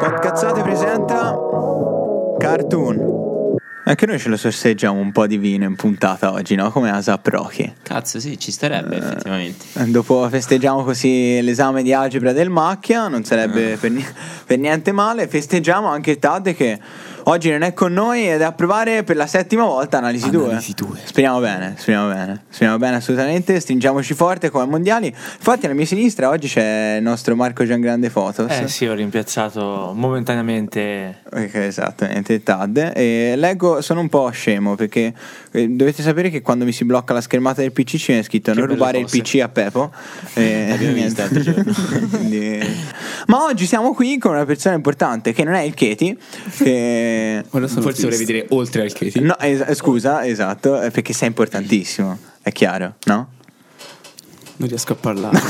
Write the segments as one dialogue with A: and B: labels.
A: Podcazzate presenta Cartoon. Anche noi ce lo sorseggiamo un po' di vino in puntata oggi, no? Come ASAP Rocky.
B: Cazzo, sì, ci starebbe effettivamente.
A: Eh, Dopo festeggiamo così l'esame di algebra del Macchia, non sarebbe per, ni- per niente male. Festeggiamo anche Tad che oggi non è con noi ed è a provare per la settima volta Analisi 2.
B: Analisi 2.
A: Speriamo bene, speriamo bene, speriamo bene assolutamente, stringiamoci forte come ai mondiali. Infatti alla mia sinistra oggi c'è il nostro Marco Giangrande Fotos.
C: Eh sì, ho rimpiazzato momentaneamente.
A: Ok, esattamente, TAD. E leggo, sono un po' scemo perché eh, dovete sapere che quando mi si blocca la schermata del PC c'è scritto non
B: bello
A: rubare
B: fosse."
A: il PC a Pepo. E
B: L'abbiamo visto
A: niente.
B: l'altro giorno.
A: Quindi- Ma oggi siamo qui con una persona importante che non è il Keti. Che...
B: Forse volevi dire oltre al Katie.
A: No, es- scusa, esatto, eh, perché sei importantissimo, è chiaro, no?
B: oh,
D: Non riesco a parlare.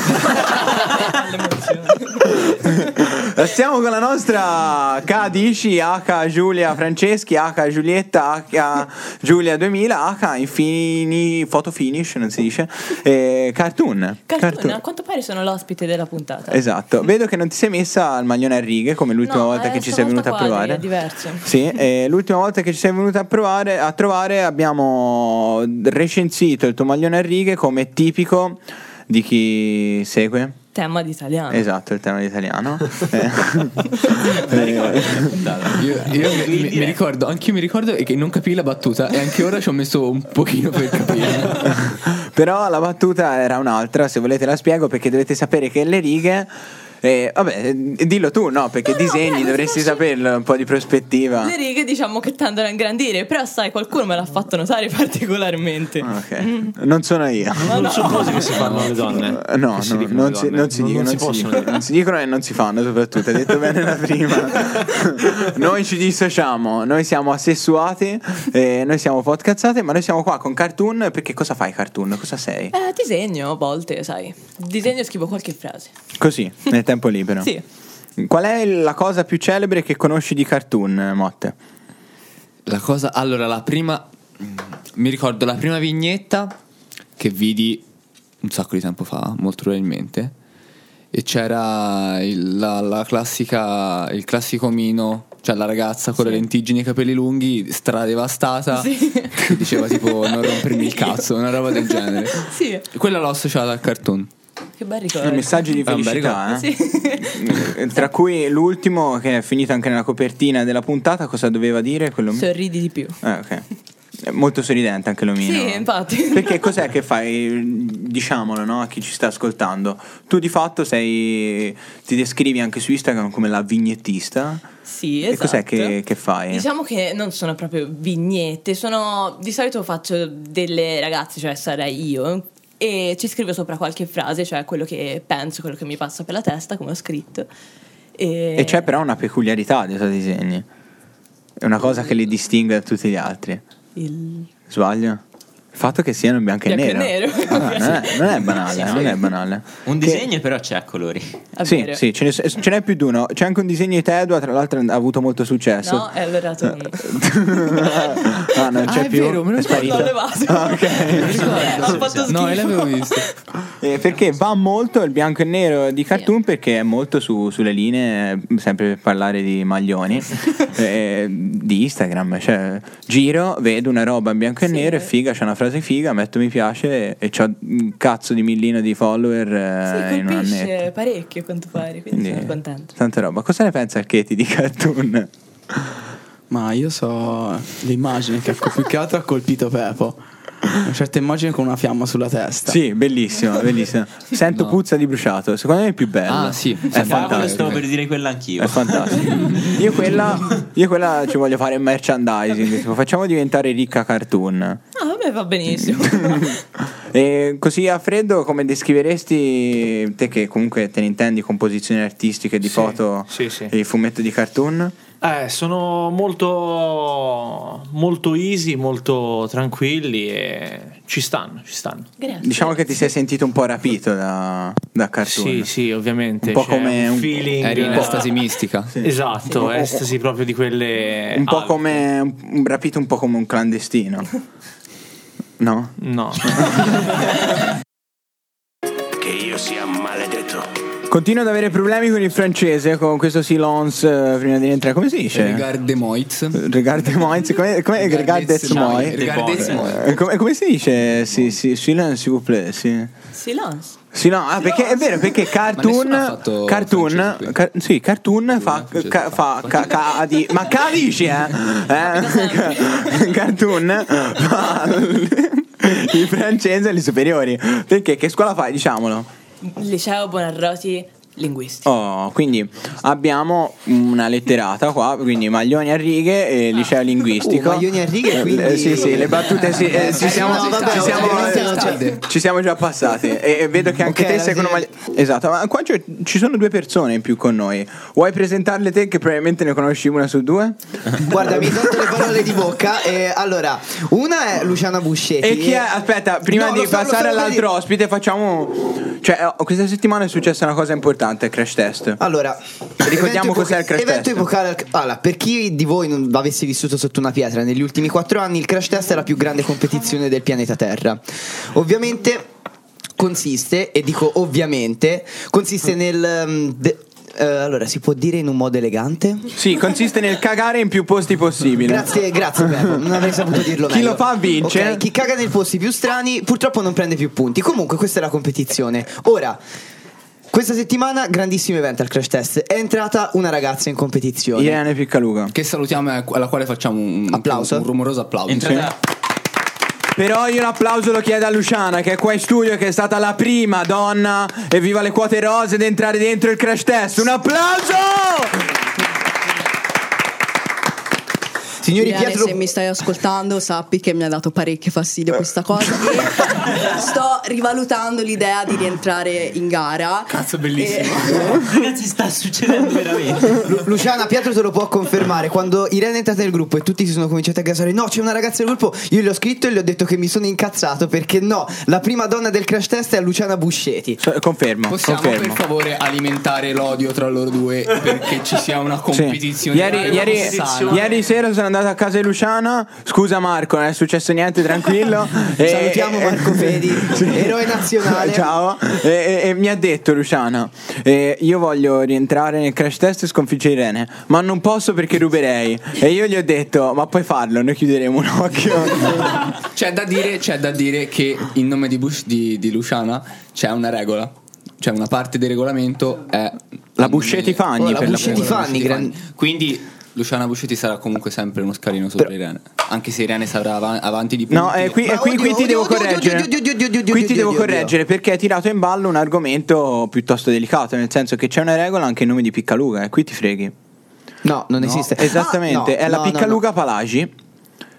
A: Siamo con la nostra K10, H Giulia Franceschi, H Giulietta, H Giulia 2000, H infini, photo finish, non si dice, eh, cartoon.
E: Cartoon, a quanto pare sono l'ospite della puntata.
A: Esatto, vedo che non ti sei messa al maglione a righe come l'ultima
E: No,
A: volta
E: eh,
A: che ci sei
E: stavolta
A: venuta a provare.
E: quadri, È diverso.
A: Sì, eh, l'ultima volta che ci sei venuta a, provare, a trovare abbiamo recensito il tuo maglione a righe come tipico di chi segue.
E: Tema di italiano.
A: Esatto, il tema di italiano. Eh.
F: Io, io mi, mi- mi ricordo, anche io mi ricordo che non capii la battuta e anche ora ci ho messo un pochino per capire.
A: Però la battuta era un'altra, se volete la spiego perché dovete sapere che le righe... eh, vabbè, eh, dillo tu, no, perché
E: No, no,
A: disegni
E: prego, ti
A: dovresti
E: faccio-
A: saperlo, un po' di prospettiva.
E: Le righe diciamo che tendono a ingrandire, però sai, qualcuno me l'ha fatto notare particolarmente.
A: Ah, Ok, non sono io.
C: Eh,
E: Ma no,
B: Cose che si fanno alle donne.
A: Eh, No,
B: Che si
A: no,
B: dicono
A: non,
B: alle
A: si,
B: donne.
A: non si dicono, non si
C: possono
A: dicono, non si dicono e non si fanno soprattutto, hai detto bene la prima. noi ci dissociamo, noi siamo assessuati, eh, noi siamo podcazzate, ma noi siamo qua con Cartoon perché cosa fai Cartoon? Cosa sei?
E: Eh, disegno a volte, sai. Disegno e scrivo qualche frase.
A: Così, nel tempo libero.
E: Sì.
A: Qual è la cosa più celebre che conosci di cartoon, Motte?
F: La cosa, allora, la prima, mi ricordo la prima vignetta che vidi un sacco di tempo fa, molto probabilmente, e c'era il, la, la classica, il classico omino, cioè la ragazza con le lentiggini e i capelli lunghi, stradevastata,
E: Sì.
F: che diceva tipo non rompermi il cazzo, una roba del genere.
E: Sì.
F: Quella l'ho associata al cartoon.
E: Che bel ricordo.
A: I messaggi di
F: Ah, un bel
A: felicità, eh?
E: Eh, Sì.
A: Tra cui l'ultimo che è finito anche nella copertina della puntata, cosa doveva dire quello?
E: Sorridi di più.
A: Ah, ok. È Molto sorridente anche l'omino.
E: Sì, infatti.
A: Perché cos'è che fai? Diciamolo no, a chi ci sta ascoltando. Tu di fatto sei. ti descrivi anche su Instagram come la vignettista.
E: Sì,
A: E
E: esatto.
A: cos'è che, che fai?
E: Diciamo che non sono proprio vignette, sono di solito faccio delle ragazze, cioè sarei io, e ci scrivo sopra qualche frase, cioè quello che penso, quello che mi passa per la testa, come ho scritto. E,
A: E c'è però una peculiarità dei suoi disegni. È una cosa che li distingue da tutti gli altri.
E: il
A: Sbaglio? Il fatto che siano in bianco e
E: Bianco e
A: nero.
E: nero.
A: Ah, non, è, non è banale, eh,
B: Sì, sì.
A: non è banale.
B: Un
A: Che-
B: disegno però c'è a colori. Cioè,
A: Sì,
E: avere-
A: sì, ce, ne, ce n'è più di uno. C'è anche un disegno di Tedua, tra l'altro ha avuto molto successo.
E: No, eh. e allora tu l'ho
A: ah, non c'è
F: Ah, è
A: più.
F: vero, me lo
A: è sparito.
E: levato.
A: Ah, ok.
E: Ho fatto schifo.
F: No, e l'avevo visto.
A: Eh, perché va molto il bianco e nero di cartoon perché è molto su- sulle linee, eh, sempre per parlare di maglioni, eh, di Instagram. Cioè, giro, vedo una roba in bianco e
E: Sì.
A: nero, è figa, c'è una frase figa, metto mi piace e, ho un cazzo di millino di follower eh,
E: Sì,
A: in un annetto.
E: colpisce parecchio a quanto pare, quindi,
A: Quindi,
E: sono contenta.
A: Tanta roba. Cosa ne pensa Katie di cartoon?
D: Ma io so l'immagine che ha più che altro ha colpito Pepo. Una certa immagine con una fiamma sulla testa.
A: Sì, bellissimo, bellissimo. Sento puzza di bruciato, secondo me è il più bello.
F: Ah, sì.
A: è
F: Cavolo,
B: Cavolo,
A: fantastico.
B: stavo per dire quella anch'io.
A: È fantastico. Io quella, io quella ci voglio fare merchandising. tipo, facciamo diventare ricca cartoon.
E: No, a me Ah, va benissimo.
A: E così a freddo, come descriveresti te che comunque te ne intendi composizioni artistiche di
C: Sì,
A: foto
C: sì, sì.
A: e fumetto di cartoon?
C: Eh, sono molto, molto easy, molto tranquilli e ci stanno, ci stanno.
E: Grazie.
A: Diciamo che ti sei sentito un po' rapito da, da cartoon.
C: Sì, sì, ovviamente.
A: eh. Un po'
C: c'è
A: come un-
C: feeling.
F: Eri in
C: eh,
F: estasi mistica.
C: Esatto, estasi proprio di quelle.
A: Un po'
C: alte.
A: come un- rapito un po' come un clandestino. No?
C: No.
G: Che io sia maledetto.
A: Continuo ad avere problemi con il francese, con questo silence eh, prima di entrare. Come si dice?
F: Regard de Moitz.
A: Regarde moi, come come- regarde moi?
F: Regardez moi.
A: Eh, Come, come si dice? Sì, sì, silence, s'il vous plaît, sì.
E: Silence.
A: Sì, no, ah, perché è vero, perché
F: nessuno ha
A: cartoon.
F: fatto
A: Cartoon.
F: francese qui.
A: car- sì, cartoon fa.
F: francese
A: ca- fa ca- ca- di- ma ca dici, eh? eh? Cartoon fa. Il francese agli superiori. Perché che scuola fai? Diciamolo.
E: Liceo Bonarroti, linguistica.
A: Oh, quindi abbiamo una letterata qua, quindi maglioni a righe e liceo linguistico.
G: Ah. Uh, maglioni a righe,
A: Eh,
G: quindi-
A: eh, sì, sì, le battute sì, eh, ci,
G: Eh,
A: siamo,
G: no, vabbè,
A: ci, siamo,
G: ovviamente
A: eh,
G: non c'è.
A: ci siamo già passati e, e vedo che anche
G: Ok,
A: te
G: la
A: sei con un
G: serie-
A: maglio- Esatto, ma qua c'è- ci sono due persone in più con noi. Vuoi presentarle te che probabilmente ne conosci una su due?
G: Guarda, mi hai tolto le parole di bocca. Eh, allora, una è Luciana Buscetti.
A: E chi è? Aspetta, prima
G: No,
A: di
G: lo so, lo
A: passare
G: so, lo so,
A: all'altro ospite facciamo... Cioè, oh, questa settimana è successa una cosa importante, Crash Test.
G: Allora,
A: Ricordiamo
G: evento
A: cos'è il crash
G: evento
A: test.
G: epocale al- Allora, per chi di voi non avesse vissuto sotto una pietra negli ultimi 4 anni, il crash test è la più grande competizione del pianeta Terra. Ovviamente consiste, e dico ovviamente, consiste nel... mm, de- eh, allora, si può dire in un modo elegante?
A: Sì, consiste nel cagare in più posti possibile.
G: Grazie, grazie Beppo, non avrei saputo dirlo
A: Chi
G: meglio.
A: lo fa vince.
G: Ok, chi caga nei posti più strani purtroppo non prende più punti. Comunque questa è la competizione. Ora, questa settimana grandissimo evento al Crash Test. È entrata una ragazza in competizione.
A: Irene Piccaluca.
F: Che salutiamo e alla quale facciamo un,
G: Applauso.
F: un rumoroso applauso.
B: Entrata
A: Però io un applauso lo chiedo a Luciana che è qua in studio che è stata la prima donna e viva le quote rose ad entrare dentro il crash test. Un applauso!
G: Signori
H: Irene,
G: Pietro...
H: se mi stai ascoltando sappi che mi ha dato parecchio fastidio questa cosa e sto rivalutando l'idea di rientrare in gara cazzo bellissimo
B: Ragazzi sta succedendo veramente
G: Lu- Luciana, Pietro te lo può confermare. Quando Irene è entrata nel gruppo e tutti si sono cominciati a gasare, no, c'è una ragazza nel gruppo. Io le ho scritto e le ho detto che mi sono incazzato perché no, la prima donna del crash test è Luciana Buscetti.
A: So- Cioè, Confermo,
F: Possiamo
A: confermo.
F: per favore alimentare l'dio tra loro due perché ci sia una
A: Sì.
F: competizione.
A: Ieri, ieri-
F: sana.
A: ieri sera sono andato a casa di Luciana. Scusa Marco, non è successo niente, tranquillo. E-
G: Salutiamo Marco Fedi, eroe nazionale.
A: Ciao. E, e- e mi ha detto Luciana, eh, io voglio rientrare nel crash test e sconfiggere Irene, ma non posso perché ruberei. E io gli ho detto, ma puoi farlo, noi chiuderemo un occhio.
F: C'è da dire, c'è da dire che in nome di, Bush- di- di Luciana c'è una regola. C'è una parte del regolamento è
A: La Buscetti Fagni,
G: Oh, la
A: per
G: Buscetti
A: l'appunto.
G: Fanni, gran-
F: Quindi Luciana Buscetti sarà comunque sempre uno scalino sopra Irene, anche se Irene sarà av- avanti di punti.
A: No, eh, qui,
G: Ma
A: eh, qui-
G: oddio,
A: qui ti
G: oddio,
A: devo
G: oddio, oddio,
A: correggere.
G: oddio, oddio, oddio, oddio,
A: Qui ti
G: oddio,
A: devo
G: oddio.
A: correggere perché hai tirato in ballo un argomento piuttosto delicato, nel senso che c'è una regola anche in nome di Piccaluga e qui ti freghi.
G: No, non esiste.
A: Esattamente,
G: Ah, no,
A: è la
G: no, no,
A: Piccaluga Palagi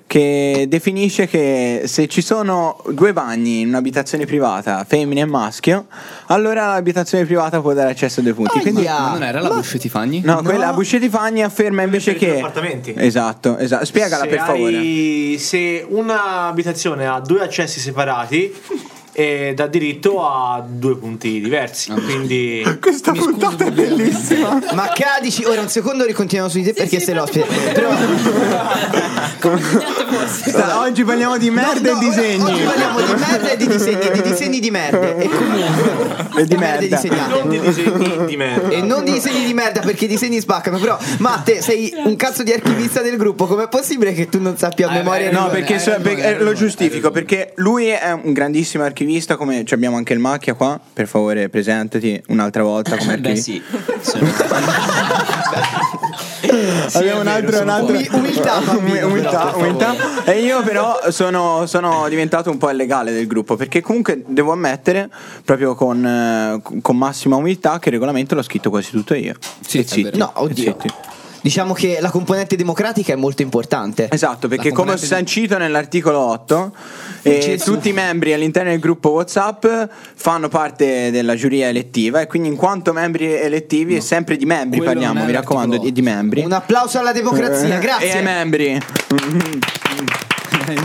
A: che definisce che se ci sono due bagni in un'abitazione privata, femmina e maschio, allora l'abitazione privata può dare accesso a due punti.
G: Ah,
A: Quindi-
G: yeah.
F: Ma non era la Buscetti Fagni?
A: No, quella Buscetti Fagni afferma invece
C: per gli
A: che...
C: appartamenti.
A: Esatto, esatto. Spiegala
C: Se
A: per favore.
C: hai- Se un'abitazione ha due accessi separati, eh, dà diritto a due punti diversi. Quindi
A: Questa puntata è bellissima.
G: no. Ma Cadici, ora un secondo ricontinuiamo su di te perché sei l'ospite. Però
A: Sta- oggi parliamo di merda
G: No,
A: e
G: no, Oggi
A: disegni.
G: parliamo di merda e di disegni, di disegni di merda. Ecco, E comunque
A: E di
G: e
A: merda.
G: disegnate.
C: non di disegni di merda.
G: E non di disegni di merda perché i disegni spaccano. Però, Matte, sei un cazzo di archivista del gruppo. Com'è possibile che tu non sappia a
F: Eh,
G: memoria?
F: eh,
G: di-
A: Ah, No,
F: ragione,
A: perché
F: hai
A: so-
F: ragione,
A: perché-
F: hai
A: eh, lo
F: ragione,
A: giustifico
F: hai ragione.
A: perché lui è un grandissimo archivista. Come ci abbiamo anche il Macchia qua. Per favore, presentati un'altra volta. Come
B: Beh
A: archivista.
B: sì sono-
A: abbiamo un altro, un altro.
G: Umi- umiltà, bambino,
A: umiltà,
G: però, per
A: umiltà. E io, però, sono, sono diventato un po' illegale del gruppo. Perché, comunque, devo ammettere, proprio con, eh, con massima umiltà, che il regolamento l'ho scritto quasi tutto io.
F: Sì,
A: E
F: è vero.
G: No,
A: e
G: oddio.
A: zitti.
G: Diciamo che la componente democratica è molto importante.
A: Esatto, perché
F: La
A: come ho
F: componente-
A: sancito nell'articolo 8, eh, tutti i membri all'interno del gruppo WhatsApp fanno parte della giuria elettiva e quindi in quanto membri elettivi e sempre di membri
F: Quello
A: parliamo,
F: non
A: mi
F: è
A: raccomando, di, di
F: l'articolo
A: membri.
G: Un applauso alla democrazia,
A: Eh,
G: grazie.
A: E ai membri.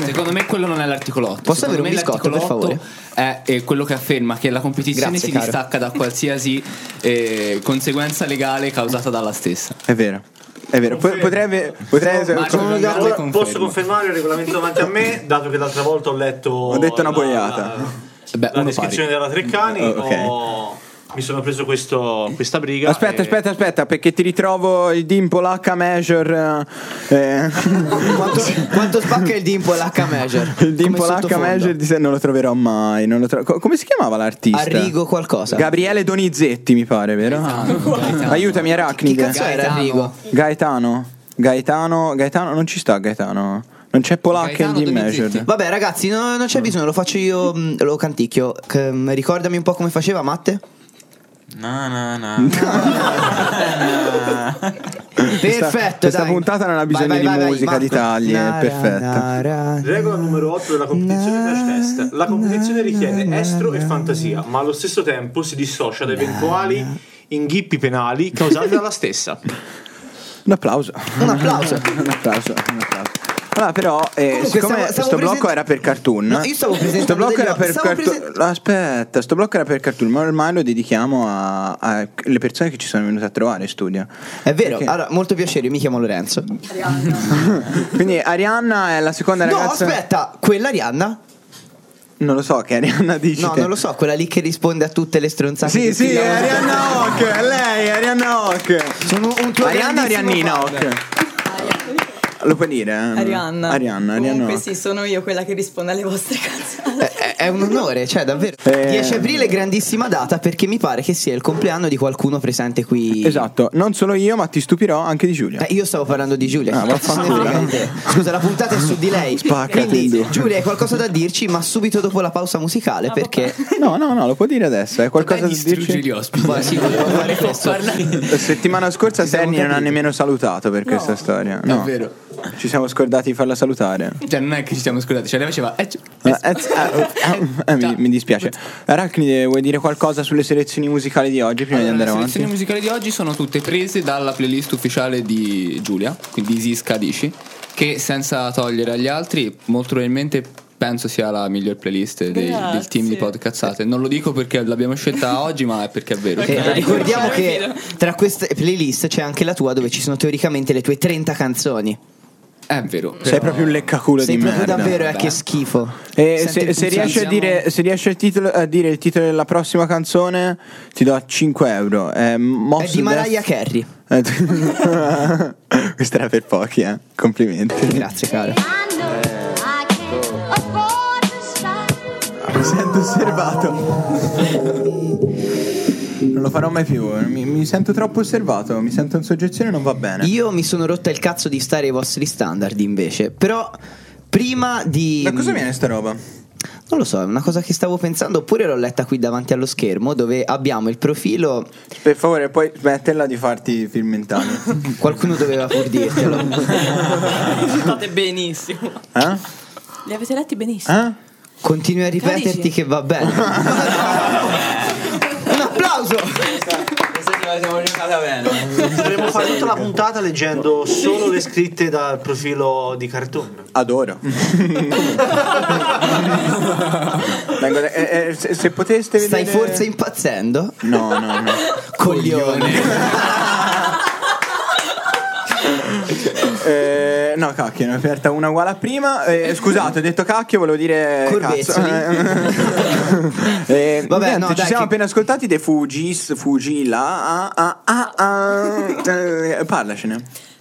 F: Secondo me quello non è l'articolo 8.
G: Posso avere
F: Secondo
G: un
F: me
G: biscotto, per
F: l'articolo
G: favore?
F: 8 È, eh, quello che afferma che la competizione
G: Grazie,
F: si
G: caro.
F: distacca da qualsiasi eh, conseguenza legale causata dalla stessa.
A: È vero. È vero. Po- potrebbe potrei
F: Marco,
A: con-
F: non-
C: Allora,
F: Confermo.
C: posso confermare il regolamento davanti a me, dato che l'altra volta ho letto
A: Ho detto una
C: la-
A: boiata.
C: la-
F: Beh,
C: La
F: uno
C: descrizione
F: pari.
C: della Treccani
A: Eh, ok.
C: ho mi sono preso questo, questa briga.
A: Aspetta,
C: e-
A: aspetta, aspetta, perché ti ritrovo il dimple H Measure. eh,
G: Quanto, quanto spacca il Dimple H Measure?
A: il dimple
G: Come
A: H
G: sottofondo.
A: Measure di sé non lo troverò mai. non lo tro- co- come si chiamava l'artista?
G: Arrigo qualcosa.
A: Gabriele Donizetti, mi pare, vero? Ah. Aiutami,
G: Chi
A: Arachnide.
G: cazzo era Arrigo?
A: Gaetano. Gaetano. Gaetano. Non ci sta Gaetano. Non c'è Polacca in
F: Gaetano
A: Dim
F: Donizetti.
A: Measure.
G: Vabbè ragazzi, no- non c'è bisogno, lo faccio io, mh, lo canticchio. Che, mh, Ricordami un po' come faceva Matte.
B: No, no, no.
G: Perfetto.
A: questa
G: dai.
A: puntata non ha
G: Vai,
A: bisogno
G: vai,
A: di
G: vai, vai,
A: musica,
G: Marco.
A: di tagli, è
G: Na, ra,
A: perfetta.
G: na, ra.
I: Regola numero 8 della competizione Crash Test. La competizione richiede estro e fantasia, ma allo stesso tempo si dissocia da eventuali inghippi penali causati dalla stessa.
A: Un applauso.
G: Un applauso.
A: un applauso. Un applauso. Allora, però, eh,
G: Comunque,
A: siccome
G: stavo- stavo
A: sto
G: presen-
A: blocco era per cartoon,
G: No, io stavo
A: sto
G: presentando
A: blocco
G: degli-
A: era per
G: stavo
A: cartoon.
G: presen-
A: Aspetta, sto blocco era per cartoon, ma ormai lo dedichiamo a- alle persone che ci sono venute a trovare in studio.
G: È vero,
A: Perché-
G: allora, molto piacere, io mi chiamo Lorenzo.
A: Quindi Arianna è la seconda
G: No,
A: ragazza.
G: aspetta, quella Rihanna?
A: Non lo so che Arianna dici.
G: No,
A: te.
G: non lo so, quella lì che risponde a tutte le stronzate.
A: Sì,
G: che
A: sì, è
G: scriviamo.
A: Arianna Hoc, è lei, è Arianna Hoc.
G: Sono un tuo
A: Arianna o
G: grandissimo
A: Ariannina
G: fan.
A: Hoc? Lo puoi dire? eh?
E: Arianna.
A: Arianna, Arianna
E: Comunque
A: Hoc.
E: sì, sono io quella che risponde alle vostre
G: È,
E: canzoni.
G: Eh, è- è un onore, cioè davvero.
A: Eh.
G: 10 aprile, grandissima data perché mi pare che sia il compleanno di qualcuno presente qui.
A: Esatto, non solo io, ma ti stupirò anche di Giulia.
G: Eh, io stavo parlando di Giulia.
A: Ah,
G: chi cazzo se ne
A: vaffanculo.
G: frega di te? Scusa, la puntata è su di lei.
A: Spaccati in
G: Quindi,
A: due.
G: Giulia, hai qualcosa da dirci, ma subito dopo la pausa musicale
E: Ah,
G: perché.
A: No, no, no, lo può dire adesso. È qualcosa da
F: distruggi gli
A: dirci?
F: ospiti.
G: Poi sì, volevo fare questo.
A: La settimana scorsa Serni non ha nemmeno salutato per questa storia. No,
F: vero.
A: Ci siamo scordati di farla salutare.
F: Cioè, non è che ci siamo scordati, cioè, lei faceva. eh, c-
G: Ah,
A: Eh, eh, eh, eh, mi, mi dispiace. Arachnide, vuoi dire qualcosa sulle selezioni musicali di oggi prima
F: Allora,
A: di
F: le
A: andare
F: selezioni
A: avanti?
F: musicali di oggi sono tutte prese dalla playlist ufficiale di Giulia, quindi Zisca dici, che senza togliere agli altri, molto probabilmente penso sia la miglior playlist dei- del
E: Grazie.
F: team di Podcazzate. Non lo dico perché l'abbiamo scelta oggi, ma è perché è vero.
G: Eh,
E: Dai, cominciamo
G: ricordiamo che tra queste playlist c'è anche la tua dove ci sono teoricamente le tue 30 canzoni.
F: È vero.
A: Sei proprio un leccaculo
G: Sei
A: di
G: proprio
A: merda.
G: davvero, eh,
F: Vabbè.
G: che schifo.
A: E
G: Senti
A: se,
G: il
A: se
G: puzzo.
A: riesci a dire, se riesci al titolo- a dire il titolo della prossima canzone, ti do 5 euro. È,
G: È di Mariah Carey.
A: Carey. Questa era per pochi, eh. Complimenti.
G: Grazie, caro.
A: Mi sento osservato. Non lo farò mai più. Mi, mi sento troppo osservato. Mi sento in soggezione, non va bene.
G: Io mi sono rotta il cazzo di stare ai vostri standard invece. Però prima di. mm,
A: Da cosa viene sta roba?
G: Non lo so, è una cosa che stavo pensando, oppure l'ho letta qui davanti allo schermo dove abbiamo il profilo.
A: Per favore, puoi smetterla di farti film mentali.
G: Qualcuno doveva pur dirtelo.
E: State benissimo.
A: Eh?
E: Li avete letti benissimo.
A: Eh?
G: Continui a ripeterti
E: Carici.
G: che va bene. Un applauso!
I: Potremmo fare tutta la puntata leggendo solo le scritte dal profilo di cartoon.
A: Adoro. Vengo da- eh, eh, se, se poteste vedere...
G: Stai forse impazzendo?
A: No, no, no.
G: Coglione.
A: Eh, no, cacchio, ne ho aperta una uguale a prima. Eh, scusate, ho detto cacchio, volevo dire. Cazzo.
G: Corbezzoli.
A: Eh,
G: Vabbè,
A: niente,
G: no,
A: ci
G: dai,
A: siamo
G: che-
A: appena ascoltati dei Fugis, Fugila. Ah, ah, ah, ah. Eh, parlacene.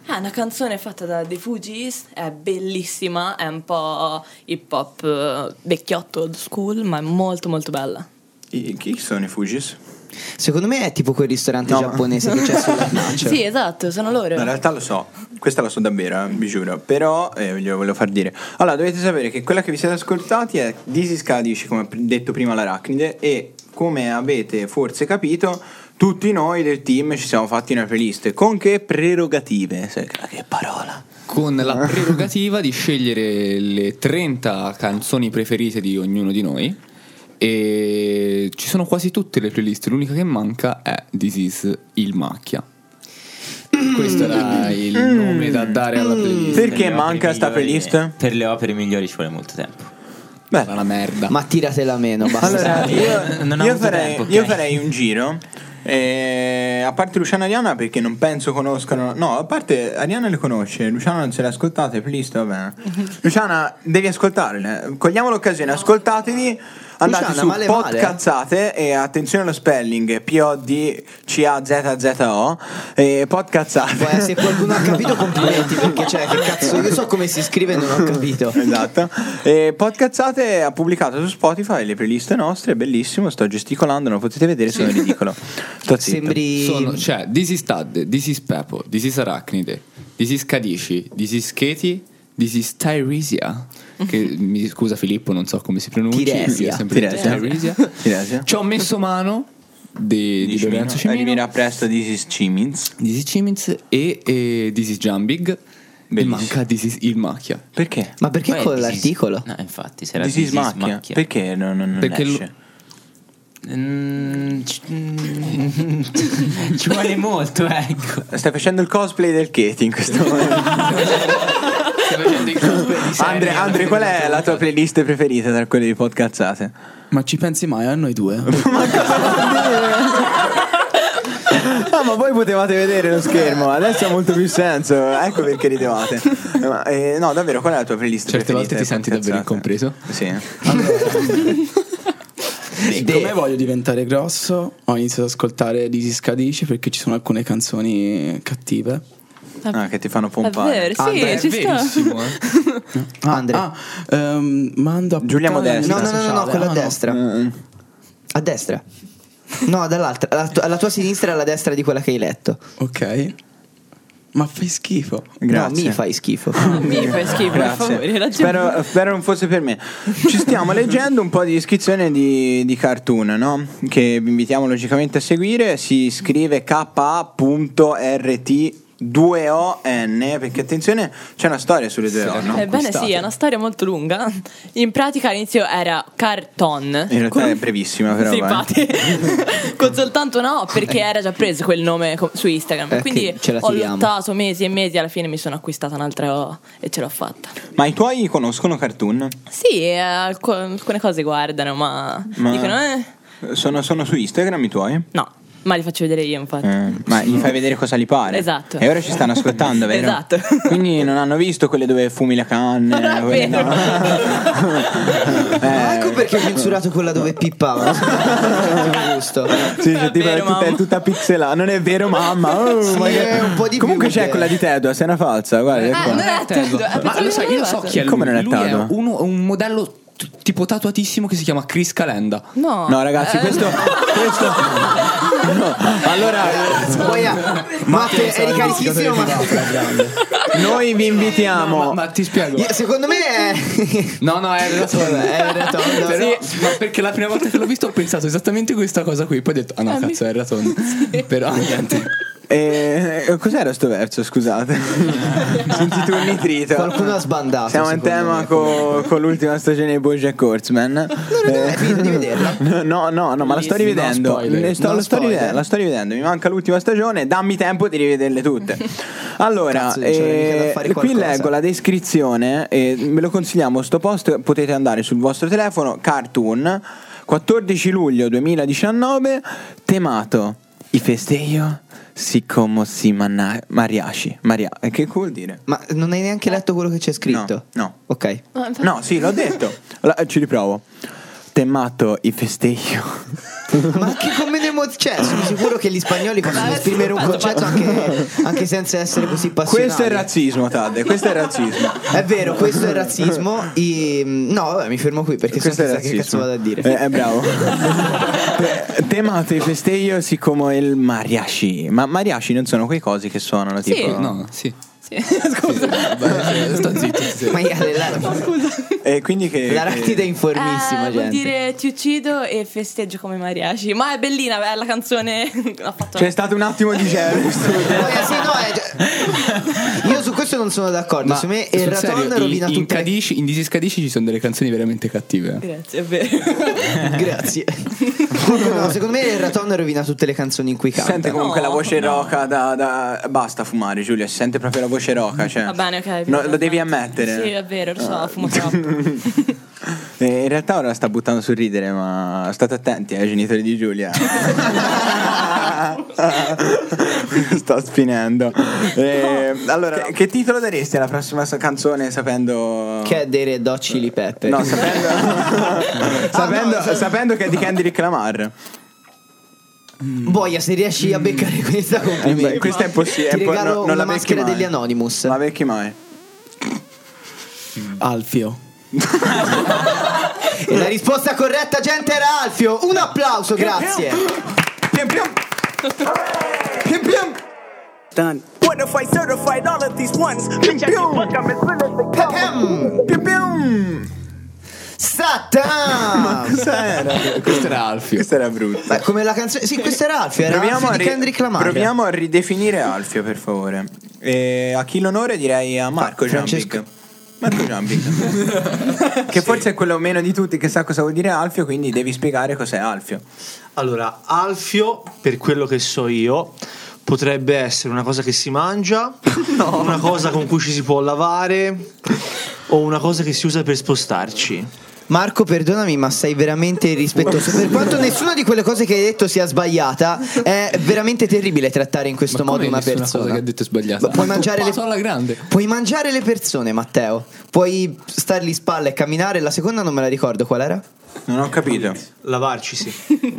E: È Ah, una canzone fatta da The Fugees, è bellissima, è un po' hip hop eh, vecchiotto old school, ma è molto molto bella.
A: I- chi sono i Fugis?
G: Secondo me è tipo quel ristorante
A: No.
G: giapponese che c'è
A: Cioè.
G: sull'annaccio.
E: Sì, esatto, sono loro.
A: In realtà lo so, questa la so davvero, eh, vi giuro, però eh, glielo volevo far dire. Allora, dovete sapere che quella che vi siete ascoltati è Dizzy Scadici, come pr- detto prima l'arachnide, e come avete forse capito, tutti noi del team ci siamo fatti una playlist, con che prerogative, se- che parola.
F: con la
G: Eh.
F: prerogativa di scegliere le 30 canzoni preferite di ognuno di noi. E ci sono quasi tutte le playlist, l'unica che manca è This is Il Macchia.
G: Mm.
F: Questo era il nome da dare alla playlist.
A: Perché manca sta playlist?
B: Per le opere migliori ci vuole molto tempo.
A: Beh,
F: Era una merda.
G: Ma tiratela meno, basta.
A: Allora, io,
B: Non ho
A: io
B: avuto
A: farei,
B: tempo, ok.
A: io farei un giro. eh, a parte Luciano e Ariana perché non penso conoscano no a parte Ariana le conosce Luciano non se le ha ascoltate please va bene Luciana devi ascoltarle cogliamo l'occasione ascoltatevi Andate
G: Luciana,
A: su
G: male, male.
A: Podcazzate e attenzione allo spelling P-O-D-C-A-Z-Z-O e Podcazzate.
G: Poi, se qualcuno ha capito, complimenti perché, cioè, che cazzo, io so come si scrive e non ho capito.
A: Esatto. E Podcazzate ha pubblicato su Spotify le playlist nostre, è bellissimo, sto gesticolando, non potete vedere, sono ridicolo. Sto zitto.
G: Sembri.
F: Sono, cioè, This is Tad, This is Pepo, This is Arachnide, This is Cadici, This is Katie, This is Tyrisia. Che mi scusa Filippo, non so come si pronuncia.
G: Mm-hmm. Tiresia.
A: Tiresia.
F: Tyrisia.
A: Tiresia.
F: Ci ho messo mano di, di
A: Cimino.
F: Lorenzo Cimino,
A: Arriverà presto This is Cimins.
F: This is Cimins e, e This is Jambig. E
A: Bellissimo.
F: manca This is Il Macchia.
A: Perché?
G: Ma perché
B: Poi è
G: con
B: This is-
G: l'articolo?
B: No, infatti, se era
A: This is
B: Macchia.
A: Macchia. Perché non, non, non
F: Perché
A: esce?
B: Mm, ci- mm, ci vuole molto, ecco.
A: Stai facendo il cosplay del Katie in questo momento. Andre, Andre, qual è la tua playlist preferita tra quelle di podcazzate?
D: Ma ci pensi mai a noi due?
A: Ah, ma voi potevate vedere lo schermo, adesso ha molto più senso. Ecco perché ridevate. Eh, ma, eh, no, davvero, qual è la tua playlist
F: Certe volte
A: preferita?
F: ti senti davvero
A: Podcazzate?
F: incompreso.
A: Sì.
D: Come voglio diventare grosso, ho iniziato ad ascoltare Dizzy Scadici perché ci sono alcune canzoni cattive.
A: Ah, che ti fanno
E: È
A: pompare.
E: vero, sì,
F: Ah, Beh, è
E: ci sta.
F: verissimo, eh.
D: Ah,
G: Andre.
D: ah, ehm, mando a
A: Giulia
D: puttana la
A: Modesta.
G: No,
D: mia
G: no, no, no, no,
D: sociale.
G: quello
D: Ah,
G: a destra.
A: Mm.
G: A destra. No, dall'altra. Alla, tu- alla tua sinistra e alla destra di quella che hai letto.
D: Ok. Ma fai schifo.
A: Grazie.
G: No, mi fai schifo.
E: Mi fai schifo, per favore.
A: Grazie.
E: ragion-
A: Spero, spero non fosse per me. Ci stiamo leggendo un po' di descrizione di, di cartoon, no? Che vi invitiamo logicamente a seguire. Si scrive KA.RT. 2ON perché attenzione c'è una storia sulle due O no?
E: Ebbene sì, è una storia molto lunga. In pratica all'inizio era carton.
A: in realtà è brevissima però eh.
E: Sì,
A: vai.
E: infatti. con soltanto no, perché era già preso quel nome co- su Instagram.
G: Eh,
E: Quindi
G: che ce la
E: ho
G: tiriamo.
E: lottato mesi e mesi, alla fine mi sono acquistata un'altra O e ce l'ho fatta.
A: ma i tuoi conoscono cartoon?
E: Sì, eh, alcu- alcune cose guardano, ma,
A: Ma-
E: dicono eh,
A: Sono, sono su Instagram i tuoi?
E: no, ma li faccio vedere io infatti.
A: Eh, ma gli fai vedere cosa gli pare
E: Esatto.
A: e ora ci stanno ascoltando vero?
E: Esatto.
A: quindi non hanno visto quelle dove fumi la canna
E: è
A: quelle-
E: vero.
A: Eh,
G: ecco perché ho censurato quella dove pippava. Giusto.
A: Sì,
E: Non
A: cioè,
E: è
A: tipo,
E: vero,
A: è, tutta,
E: mamma.
A: è tutta pixelata. Non è vero, mamma. Oh,
G: Sì,
A: ma che-
G: è un po' di più
A: Comunque c'è
G: che-
A: quella di Tedua, sei una falsa. Guarda, ecco. è qua.
E: Ah, non è Ted, eh,
F: Ma lo sai, io so chi è lui.
A: Come non è
F: lui è
A: Tado?
F: uno- un modello t- tipo tatuatissimo che si chiama Chris Calenda.
E: No,
A: No, ragazzi,
E: Eh,
A: questo. questo... No, Allora,
G: Poi, ah, Matte, eri carichissimo, ma.
A: noi vi invitiamo.
F: Ma ti spiego.
G: Io- Secondo me eh, è.
F: No, eh, no, è
G: Vabbè, è rotondo.
F: Però- ma perché la prima volta che l'ho visto ho pensato esattamente questa cosa qui. Poi ho detto, ah no, cazzo, è rotondo. Però niente.
A: Eh, cos'era sto verso? Scusate, senti tu il nitrito.
G: Qualcuno ha sbandato,
A: Siamo in
G: Esatto, secondo
A: tema
G: me,
A: co- con l'ultima stagione di Bojack Horseman. Eh,
G: hai finito di vederla?
A: No, no, no, ma la sto rivedendo.
F: spoiler.
A: Le sto-
G: No
A: la, sto
G: spoiler.
A: rivedendo la sto rivedendo. Mi manca l'ultima stagione. Dammi tempo di rivederle tutte. Allora,
G: Cazzo, c'era mica da
A: eh,
G: fare
A: qui
G: qualcosa.
A: leggo la descrizione. E ve lo consigliamo. Sto post potete andare sul vostro telefono. Cartoon 14 luglio 2019. Temato I festeio. Si como si manna- mariachi. Maria- eh, che vuol dire?
G: Ma non hai neanche letto quello che c'è scritto?
A: no.
G: Ok.
A: No, sì, l'ho detto. Allora, ci riprovo. Temato i festeggio.
G: Ma che commento emotivo Cioè, sono sicuro che gli spagnoli possono esprimere un concetto anche, anche senza essere così passionali.
A: Questo è razzismo, Tadde. Questo è razzismo.
G: È vero, questo è razzismo. I- No, vabbè, mi fermo qui perché
A: Questo
G: sennò
A: è
G: chissà che cazzo
A: razzismo.
G: vado a dire.
A: Eh, eh, bravo. Te- Temato i festeggio siccome il mariachi. Ma mariachi non sono quei cosi che suonano
E: Sì.
A: tipo.
F: No, sì.
E: sì, scusa.
F: Vabbè, sto zitto. sì.
G: Ma io- la,
A: E Eh, quindi che.
G: la Ractide è informissima,
E: Eh, vuol
G: gente.
E: dire ti uccido e festeggio come mariachi. Ma è bellina, beh, la canzone. ha fatto
A: C'è stato un attimo di gelo.
G: Poi, eh, sì, no, eh, Io su questo non sono d'accordo. Su me il
F: sul
G: raton
F: serio,
G: rovina
F: in, in,
G: tutte le-
F: Cadici, in This is Cadici ci sono delle canzoni veramente cattive.
E: Grazie, è vero.
G: Grazie. Comunque, no, secondo me il raton rovina tutte le canzoni in cui canta.
A: Sente comunque la voce roca da, da- Basta fumare, Giulia. Si sente proprio la voce roca. Cioè.
E: Va bene, ok.
A: No, lo devi ammettere.
E: Sì, è vero, lo
A: Ah.
E: so, fumo troppo.
A: Eh, in eh, realtà ora sta buttando sul ridere, ma state attenti ai genitori di Giulia. Sto spinendo. Eh, allora, che, che titolo daresti alla prossima sa- canzone sapendo...
G: Che è Ah, dei Red Hot Chili Pepper.
A: No, sapendo, sapendo, sapendo che è di Kendrick
G: Eh,
A: Lamar.
G: Boia, se riesci a beccare questa, complimenti.
A: Mm. Eh beh, questa è impossibile,
G: Ti
A: è po-
G: regalo
A: no- non la
G: una
A: becchi
G: maschera
A: mai.
G: degli Anonymous.
A: La vecchi mai.
D: Alfio.
G: E la risposta corretta, gente, era Alfio. Un applauso, grazie.
A: Pian pian. Pian pian. Certified, certified, all of these ones. Pian pian.
G: Pam!
A: Pian pian.
G: Satan!
A: Cos'era?
F: Questo era Alfio.
A: Questa era brutta.
G: Ma Ah. come la canzone. Sì, questo era Alfio, era Alfio di
A: ri-
G: Kendrick Lamar.
A: proviamo a ridefinire Alfio, per favore. E a chi l'onore direi a Marco
G: Fra- Francesco.
A: Giambic. Marco Giambic. che forse è quello meno di tutti che sa cosa vuol dire Alfio, quindi devi spiegare cos'è Alfio.
I: Allora, Alfio, per quello che so io, potrebbe essere una cosa che si mangia, una cosa con cui ci si può lavare o una cosa che si usa per spostarci.
G: Marco, perdonami, ma sei veramente irrispettoso. Per quanto nessuna di quelle cose che hai detto sia sbagliata, è veramente terribile trattare in questo modo una persona.
F: cosa che ha detto è sbagliata.
G: Ma puoi mangiare le-
F: Sono alla grande.
G: Puoi mangiare le persone, Matteo. Puoi stargli spalla e camminare. La seconda non me la ricordo qual era.
A: Non ho capito.
I: Lavarcisi.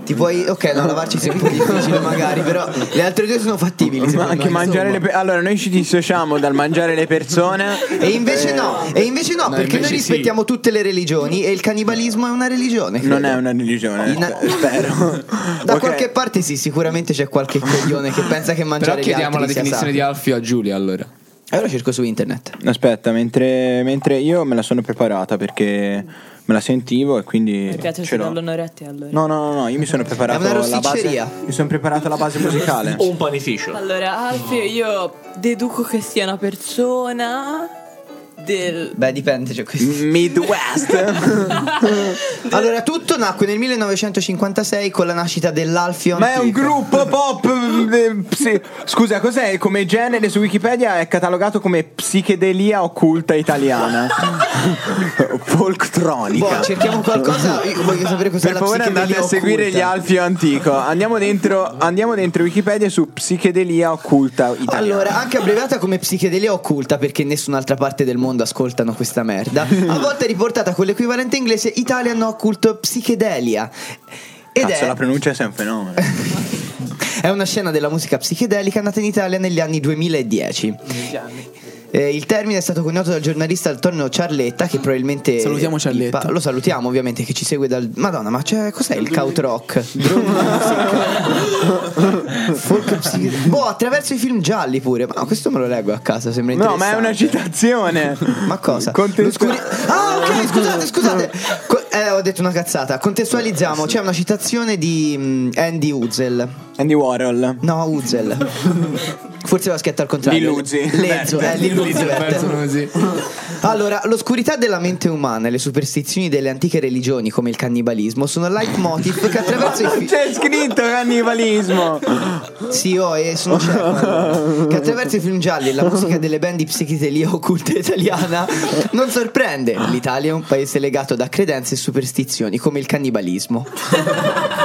G: Ti puoi. Ok, no, lavarci è un po' difficile, magari. Però le altre due sono fattibili.
A: Ma
G: secondo
A: anche
G: me.
A: mangiare le pe- Allora, noi ci dissociamo dal mangiare le persone.
G: E invece no, e invece no, perché
F: invece
G: noi
F: sì.
G: rispettiamo tutte le religioni e il cannibalismo è una religione.
A: Non
G: credo.
A: è una religione,
G: In-
A: eh, spero.
G: Da
A: Ok.
G: qualche parte sì, sicuramente c'è qualche coglione che pensa che
F: Però
G: mangiare gli
F: chiediamo la
G: altri esatto. sia
F: definizione di
G: sacro.
F: Alfio a Giulia allora.
G: Allora cerco su internet.
A: Aspetta, mentre, mentre io me la sono preparata perché me la sentivo e quindi
E: Mi piace
A: ce
E: se
A: l'ho.
E: do l'onore a te allora.
A: No, no, no, no, io mi sono preparato
G: È
A: la
G: una
A: base.
G: rosticceria.
A: Mi sono preparato la base musicale.
I: O un panificio.
E: Allora, Alfio, io deduco che sia una persona del...
G: Beh, dipende, c'è questo.
A: Midwest.
G: Allora, tutto nacque nel 1956 con la nascita dell'Alfio
A: Ma è un
G: antico.
A: gruppo pop. eh, psi- Scusa, cos'è? Come genere su Wikipedia è catalogato come psichedelia occulta italiana. Folktronica.
G: Boh, cerchiamo qualcosa. Io voglio sapere cos'è
A: Per
G: la
A: favore andate a
G: psichedelia
A: seguire
G: occulta.
A: gli Alfio Antico. Andiamo dentro, andiamo dentro Wikipedia su psichedelia occulta italiana.
G: Allora, anche abbreviata come psichedelia occulta perché in nessun'altra parte del mondo ascoltano questa merda, a volte è riportata con l'equivalente inglese Italian Occult Psychedelia. Ed
A: Cazzo, la
G: è,
A: pronuncia è sempre un fenomeno.
G: è una scena della musica psichedelica nata in Italia negli anni 2010. Eh, il termine è stato coniato dal giornalista Antonio Ciarletta, che probabilmente.
D: Salutiamo Ciarletta.
G: Pa- lo salutiamo ovviamente, che ci segue dal. Madonna, ma c'è- cos'è il Caut Rock? Folk psichedelica. Boh, attraverso i film gialli pure. Ma no, questo me lo leggo a casa, sembra
A: No, ma è una
G: interessante.
A: citazione.
G: Ma cosa?
A: Contestu-
G: Lo scuri- Ah, ok, scusate, scusate. Co- eh, ho detto una cazzata. Contestualizziamo, c'è una citazione di mm, Andy Uzel.
A: Andy Warhol.
G: No, Uzel. Forse l'ho scritta al contrario.
A: Liluzzi.
G: Lezzo, eh, Liluzzi. Allora, l'oscurità della mente umana e le superstizioni delle antiche religioni come il cannibalismo sono leitmotiv che attraverso i
A: Non
G: film
A: c'è scritto cannibalismo.
G: Sì, oh, e sono cieco, allora. Che attraverso i film gialli e la musica delle band di psichedelia occulta italiana non sorprende. L'Italia è un paese legato da credenze e superstizioni come il cannibalismo.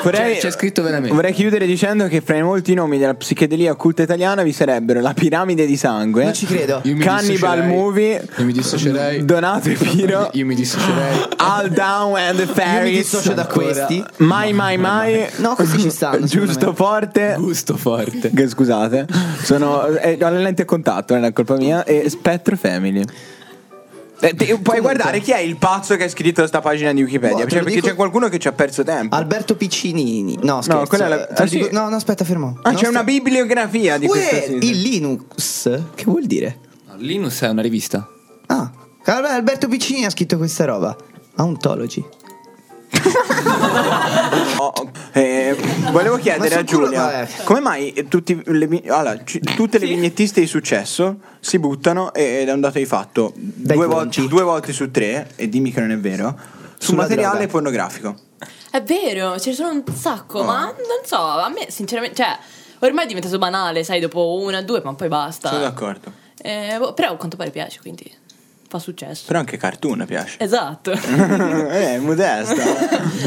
A: Vorrei,
F: C'è, c'è scritto veramente.
A: vorrei chiudere dicendo che fra i molti nomi della psichedelia occulta italiana vi sarebbero La piramide di sangue,
G: Non ci credo.
F: Io mi
A: Cannibal
F: dissocierei.
A: Movie,
F: Io mi dissocierei.
A: Donato e Piro,
F: Io mi dissocierei.
A: All Down and the
G: Io mi
A: Fairies,
G: dissocio da questi.
A: Mai Mai Mai,
G: No, questi ci stanno. secondo
A: Giusto
G: me.
A: Forte.
F: Gusto forte.
A: Che scusate, sono eh, ho le lenti a contatto, non è colpa mia. E Spectre Family. Eh, te- puoi guardare chi è il pazzo che ha scritto sta pagina di Wikipedia?
G: Boh, te
A: Cioè,
G: lo
A: perché
G: dico- Ah,
A: c'è qualcuno che ci ha perso tempo.
G: Alberto Piccinini. No, scherzo.
A: quella è la-
G: eh, te lo
A: ah, sì.
G: dico- No, no, aspetta, fermo.
A: Ah,
G: No,
A: c'è
G: sta-
A: una bibliografia di questo
G: Uè,
A: sito.
G: il Linux. Che vuol dire?
F: No, Linus è una rivista.
G: Ah, allora Alberto Piccinini ha scritto questa roba. Ontology.
A: Oh, oh, eh, volevo chiedere
G: Ma
A: a
G: sul culo,
A: Giulia
G: vabbè.
A: come mai eh, tutti le vi- allora, ci- tutte le vignettiste di successo si buttano e- ed è un dato di fatto due, vol-
G: conci.
A: due volte su tre, e dimmi che non è vero, su
G: Sulla
A: materiale
G: droga.
A: pornografico.
E: È vero, ce ne sono un sacco, ma
A: Ah.
E: non so, a me sinceramente, cioè, ormai è diventato banale, sai, dopo una, due, ma poi basta.
A: Sono d'accordo.
E: Eh, boh, però a quanto pare piace, quindi fa successo.
A: Però anche cartoon piace.
E: Esatto.
A: eh, modesta.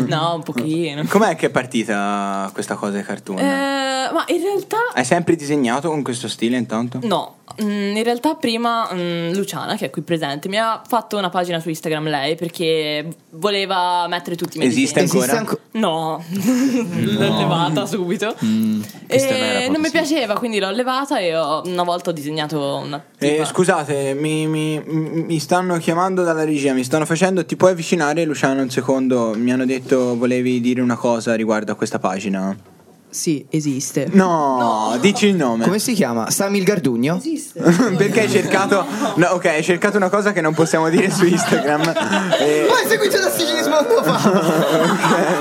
E: no, un pochino.
A: Com'è che è partita questa cosa dei cartoon?
E: Eh, Allora, ma in realtà
A: Hai sempre disegnato con questo stile intanto?
E: No, Mm, in realtà prima mm, Luciana, che è qui presente, mi ha fatto una pagina su Instagram lei perché voleva mettere tutti i miei
A: Esiste
E: disegni.
A: ancora?
G: anco-
E: No, l'ho levata subito.
F: questa è una
E: e
F: vera
E: non mi
F: poesia.
E: piaceva, quindi l'ho levata e ho- una volta ho disegnato una
A: Eh,
E: tipa.
A: scusate, mi, mi- mi stanno chiamando dalla regia, mi stanno facendo. Ti puoi avvicinare, Luciano, un secondo? Mi hanno detto volevi dire una cosa riguardo a questa pagina.
H: Sì, esiste.
A: No, dici il
F: Eh.
A: nome.
G: Come si chiama? Samil Gardugno?
A: Perché hai cercato. No, ok, hai cercato una cosa che non possiamo dire su Instagram. Eh,
G: Poi seguito da Sicilismo fa.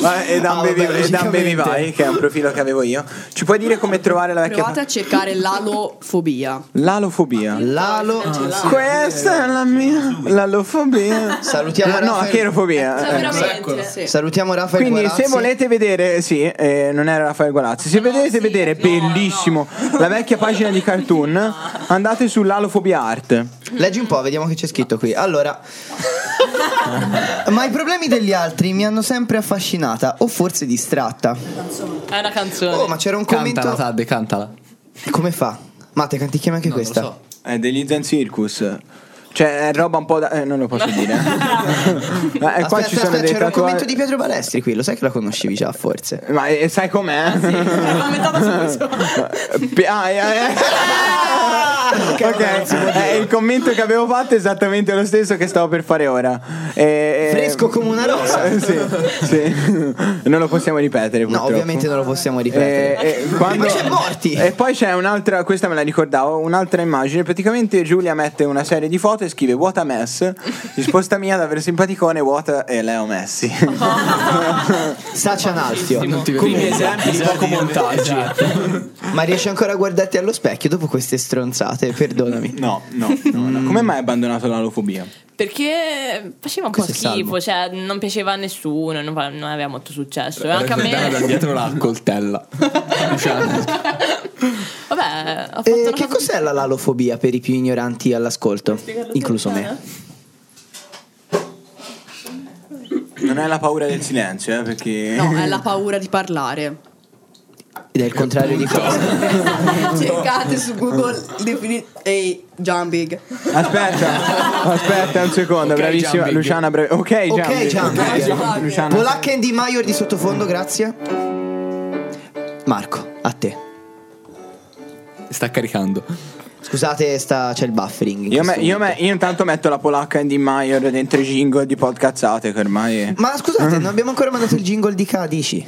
A: ma- e
G: Ah,
A: Dan
G: vabbè,
A: Bevi- e Dan
G: logicamente.
A: Bevi Vai, che è un profilo che avevo io. Ci puoi dire come trovare la vecchia.
H: Provate
A: pagina?
H: a cercare l'alofobia.
A: L'alofobia.
G: Lalo.
F: Ah.
A: Questa è la mia. L'alofobia.
G: Salutiamo
A: La- no,
G: Raffaele-
E: Cioè,
A: cherofobia. Eh.
E: veramente.
H: Sì.
G: Salutiamo Rafael
A: Quindi se
G: Guarazzi.
A: volete vedere, sì, eh, non era Raffaele Gualazzi, se
E: No,
A: volete
E: sì,
A: vedere
E: no,
A: bellissimo la vecchia pagina di cartoon, andate su Lalofobia Art.
G: Leggi un po', vediamo che c'è scritto qui. Allora. Ma i problemi degli altri mi hanno sempre affascinata o forse distratta.
E: È una canzone.
G: Oh, ma c'era un
F: Cantala,
G: commento.
F: Tadde, cantala.
G: Come fa? Matte, canticchiamo anche questa.
F: Non lo so.
A: È degli Zen Circus. Cioè, è roba un po' da... eh, non lo posso dire. Ma eh,
G: Aspetta,
A: qua ci sono
G: aspetta,
A: dei
G: c'era un commento
A: tatuaggi...
G: di Pietro Balestri qui, lo sai che la conoscevi già forse.
A: Ma eh, sai com'è?
E: L'ho commentata su questo.
A: Pi- ah, eh, eh. Ok, eh, il commento che avevo fatto è esattamente lo stesso che stavo per fare ora. Eh, eh,
G: Fresco come una rosa.
A: Eh, sì, sì. Non lo possiamo ripetere.
G: No,
A: Purtroppo.
G: ovviamente non lo possiamo ripetere.
A: Eh, eh, quando-
G: Ma c'è morti!
A: E poi c'è un'altra, questa me la ricordavo, un'altra immagine. Praticamente Giulia mette una serie di foto e scrive vuota mess. Risposta mia davvero simpaticone, vuota e Leo Messi.
G: Sacia Nalfio.
F: Non ti vedo.
D: esempi di poco montaggi.
G: Ma riesci ancora a guardarti allo specchio dopo queste stronzate? Perdonami.
A: no, no, no, no. Come mai hai abbandonato l'alofobia?
E: Perché faceva un po'
G: Questo è
E: schifo, cioè non piaceva a nessuno, non, fa- non aveva molto successo. E anche a
F: Guardala da
E: me.
F: dietro la coltella. Luciano.
E: Vabbè, ho fatto
G: Eh,
E: una
G: che
E: cosa-
G: cos'è la lalofobia per i più ignoranti all'ascolto? Incluso me.
A: Non è la paura del silenzio, eh, perché...
H: No, è la paura di parlare.
G: Ed è il contrario di cosa?
H: Cercate su Google defini- Ehi, jumping.
A: Aspetta, aspetta un secondo, bravissima
F: Gianbig.
A: Luciana, bravi- ok, Gianbig.
G: Ok, Gianbig.
A: Ok, Gianbig. Luciana.
G: Polacca e Di Maior di sottofondo, grazie. Marco, a te.
F: Sta caricando.
G: Scusate, sta- c'è il buffering. in
A: Io, me-
G: questo
A: io me-
G: momento.
A: io intanto metto la polacca in Di Maior dentro i jingle di podcazzate che ormai eh, è-
G: Ma scusate, non abbiamo ancora mandato il jingle di K10.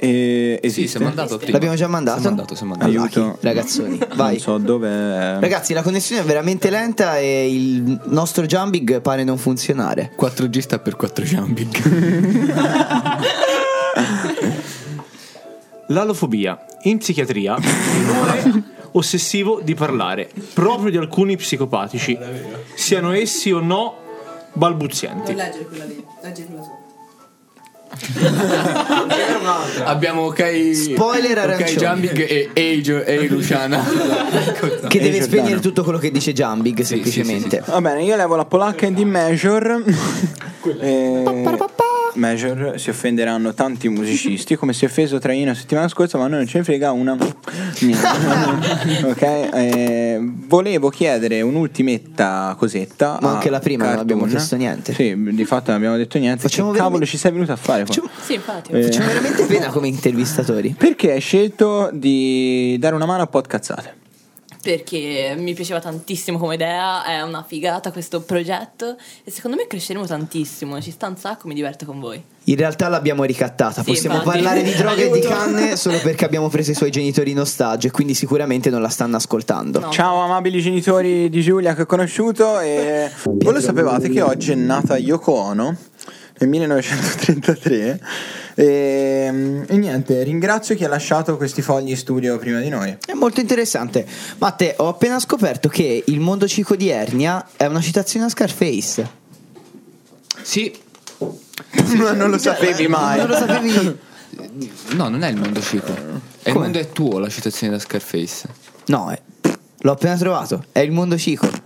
A: eh,
F: Sì,
A: esiste.
F: si è mandato prima.
G: L'abbiamo già mandato?
F: Si è mandato, si è mandato.
A: Aiuto.
G: Ragazzoni, vai.
A: Non so dove è.
G: Ragazzi, la connessione è veramente lenta e il nostro jumping pare non funzionare.
F: 4G sta per 4 jumping.
I: L'alofobia in psichiatria è un timore ossessivo di parlare, proprio di alcuni psicopatici, siano essi o no balbuzienti.
H: Leggere quella lì, leggere quella sopra.
F: Abbiamo ok.
G: Spoiler
F: Ok,
G: arancione.
F: jumping e Ehi Gio- ehi, Luciana. Esatto.
G: Che deve
A: Eh, Giordano.
G: spegnere tutto quello che dice Jumbig, semplicemente.
A: Va bene, io levo la polacca in D major. Eh, Major si offenderanno tanti musicisti, come si è offeso Traino la settimana scorsa, ma a noi non ce ne frega una. Niente. ok, eh, volevo chiedere un'ultimetta cosetta. a
G: Ma anche la prima non
A: Cartoon.
G: abbiamo chiesto niente.
A: Sì, di fatto non abbiamo detto niente.
G: Facciamo
A: che cavolo
G: veramente-
A: ci sei venuto a fare? qua?
G: Facciamo-
E: Sì, infatti.
A: Eh,
G: Facciamo veramente pena come intervistatori.
A: Perché hai scelto di dare una mano a podcazzate?
E: Perché mi piaceva tantissimo come idea, è una figata questo progetto e secondo me cresceremo tantissimo, ci sta un sacco, mi diverto con voi.
G: In realtà l'abbiamo ricattata.
E: Sì,
G: Possiamo
E: infatti.
G: parlare di droga e di
E: Aiuto.
G: canne solo perché abbiamo preso i suoi genitori in ostaggio e quindi sicuramente non la stanno ascoltando.
E: No.
A: Ciao amabili genitori di Giulia che ho conosciuto e voi lo sapevate che oggi è nata Yoko Ono nel 1933 e, e niente ringrazio chi ha lasciato questi fogli in studio prima di noi
G: È molto interessante. Matte, ho appena scoperto che il mondo ciclo di Ernia è una citazione a Scarface.
F: Sì.
A: Ma non lo sapevi mai
G: Non lo sapevi?
F: No, non è il mondo ciclo. È il mondo è tuo, la citazione da Scarface.
G: No, eh, l'ho appena trovato. È il mondo ciclo.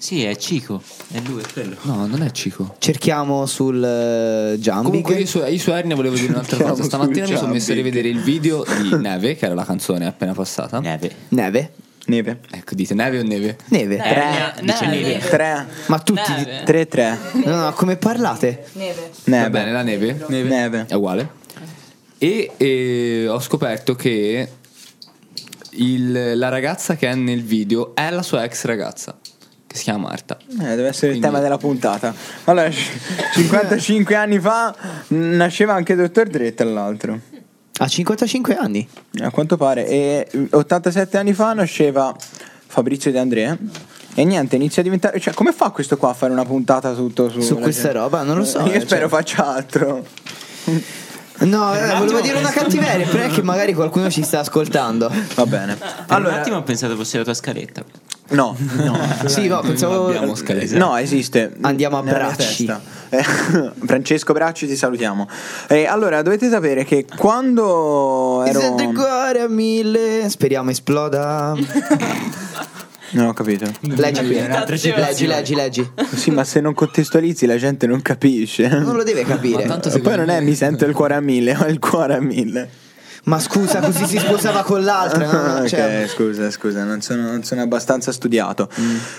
B: Sì, è Cico. È lui, è quello.
F: No, non è Cico.
G: Cerchiamo sul eh, Jumbing.
F: Comunque io su, io su Ernia volevo dire un'altra cosa.
G: Chiamo
F: Stamattina mi sono
G: Sculciambi.
F: messo a rivedere il video di Neve, che era la canzone appena passata.
B: Neve.
G: Neve.
A: Neve.
F: Ecco, dite neve o neve?
G: Neve.
A: Tre.
E: Dice neve.
A: 3.
G: Ma tutti di-
E: Neve.
A: 3 3.
G: No, no, come parlate?
E: Neve.
F: Va bene,
A: Neve.
F: la neve.
A: Neve.
F: È uguale. E, eh, ho scoperto che il- la ragazza che è nel video è la sua ex ragazza, che si chiama Marta.
A: Eh, deve essere il
F: Quindi-
A: tema della puntata. Allora, c- 55 anni fa mh, nasceva anche Dottor Dre, tra l'altro.
G: A 55 anni.
A: A quanto pare. E mh, 87 anni fa nasceva Fabrizio De Andrea. E niente, inizia a diventare. Cioè, come fa questo qua a fare una puntata tutto su.
G: Su
A: la
G: questa
A: gente?
G: roba? Non lo so,
A: Io
G: eh,
A: spero faccia altro.
G: No, eh, volevo dire una cattiveria, però è che magari qualcuno ci sta ascoltando.
A: Va bene.
F: Ah.
B: Per un
A: Allora,
B: attimo ho pensato fosse la tua scaletta.
A: no, no.
G: Sì, no, pensavo.
F: abbiamo scaletta.
A: No, esiste.
G: Andiamo a
A: Nella mia
G: Bracci.
A: testa. Eh, Francesco Bracci, ti salutiamo. Eh, allora, dovete sapere che quando
G: Mi
A: ero.
G: sento il cuore a mille. Speriamo esploda.
A: Non ho capito.
G: Leggi qui.
E: un'altra
G: Leggi,
E: citazione.
G: leggi, leggi.
A: Sì, ma se non contestualizzi la gente non capisce.
G: Non lo deve capire.
F: Ma tanto
A: E poi
F: secondo
A: non è
F: me-
A: mi sento il cuore a mille, ho il cuore a mille.
G: Ma scusa, così si sposava con l'altra. no?
A: Ah, ok,
G: Cioè, Mm.
A: scusa, scusa, non sono, non sono abbastanza studiato.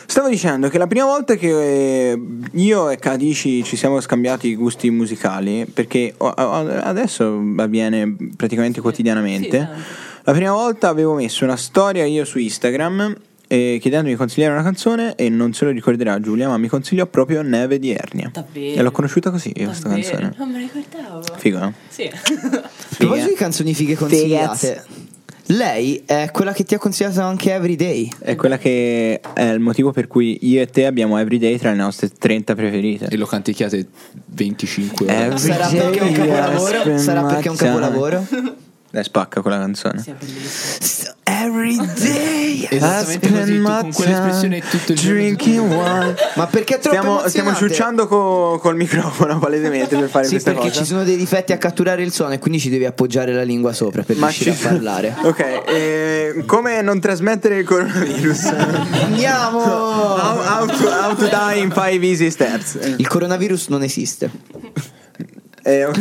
A: Stavo dicendo che la prima volta che eh, io e Cadici ci siamo scambiati i gusti musicali, perché o- o- adesso avviene praticamente
E: sì, esatto.
A: quotidianamente.
E: tanto.
A: La prima volta avevo messo una storia io su Instagram eh, chiedendomi di consigliare una canzone e non se lo ricorderà Giulia, ma mi consigliò proprio Neve di Ernia.
E: Davvero?
A: E l'ho conosciuta così io questa
E: Davvero?
A: canzone.
E: Non me la ricordavo.
A: Figo, no?
E: Sì.
G: a proposito di canzoni fighe consigliate. Lei è quella che ti ha consigliato anche Everyday.
A: È quella che è il motivo per cui io e te abbiamo Everyday tra le nostre 30
F: E
A: preferite.
F: lo canticchiate 25 ore.
A: Eh,
G: Sarà perché è un capolavoro? Sarà perché è un capolavoro?
A: Dai, spacca quella canzone.
E: Sì, è bellissimo.
G: Everyday.
A: I
F: Esattamente così, tu
A: spend
F: con
A: my
F: quell'espressione tutto il giorno-
A: Drinking wine.
G: Ma perché è troppo
A: Stiamo, stiamo
G: emozionante?
A: ciucciando co- col microfono palesemente per fare
G: Sì,
A: questa
G: perché
A: cosa.
G: ci sono dei difetti a catturare il suono e quindi ci devi appoggiare la lingua sopra per riuscire
A: ci-
G: a parlare.
A: Ok, eh, come non trasmettere il coronavirus?
G: Andiamo!
A: how, how to, how to die in five easy steps.
G: Il coronavirus non esiste.
A: Eh, ok.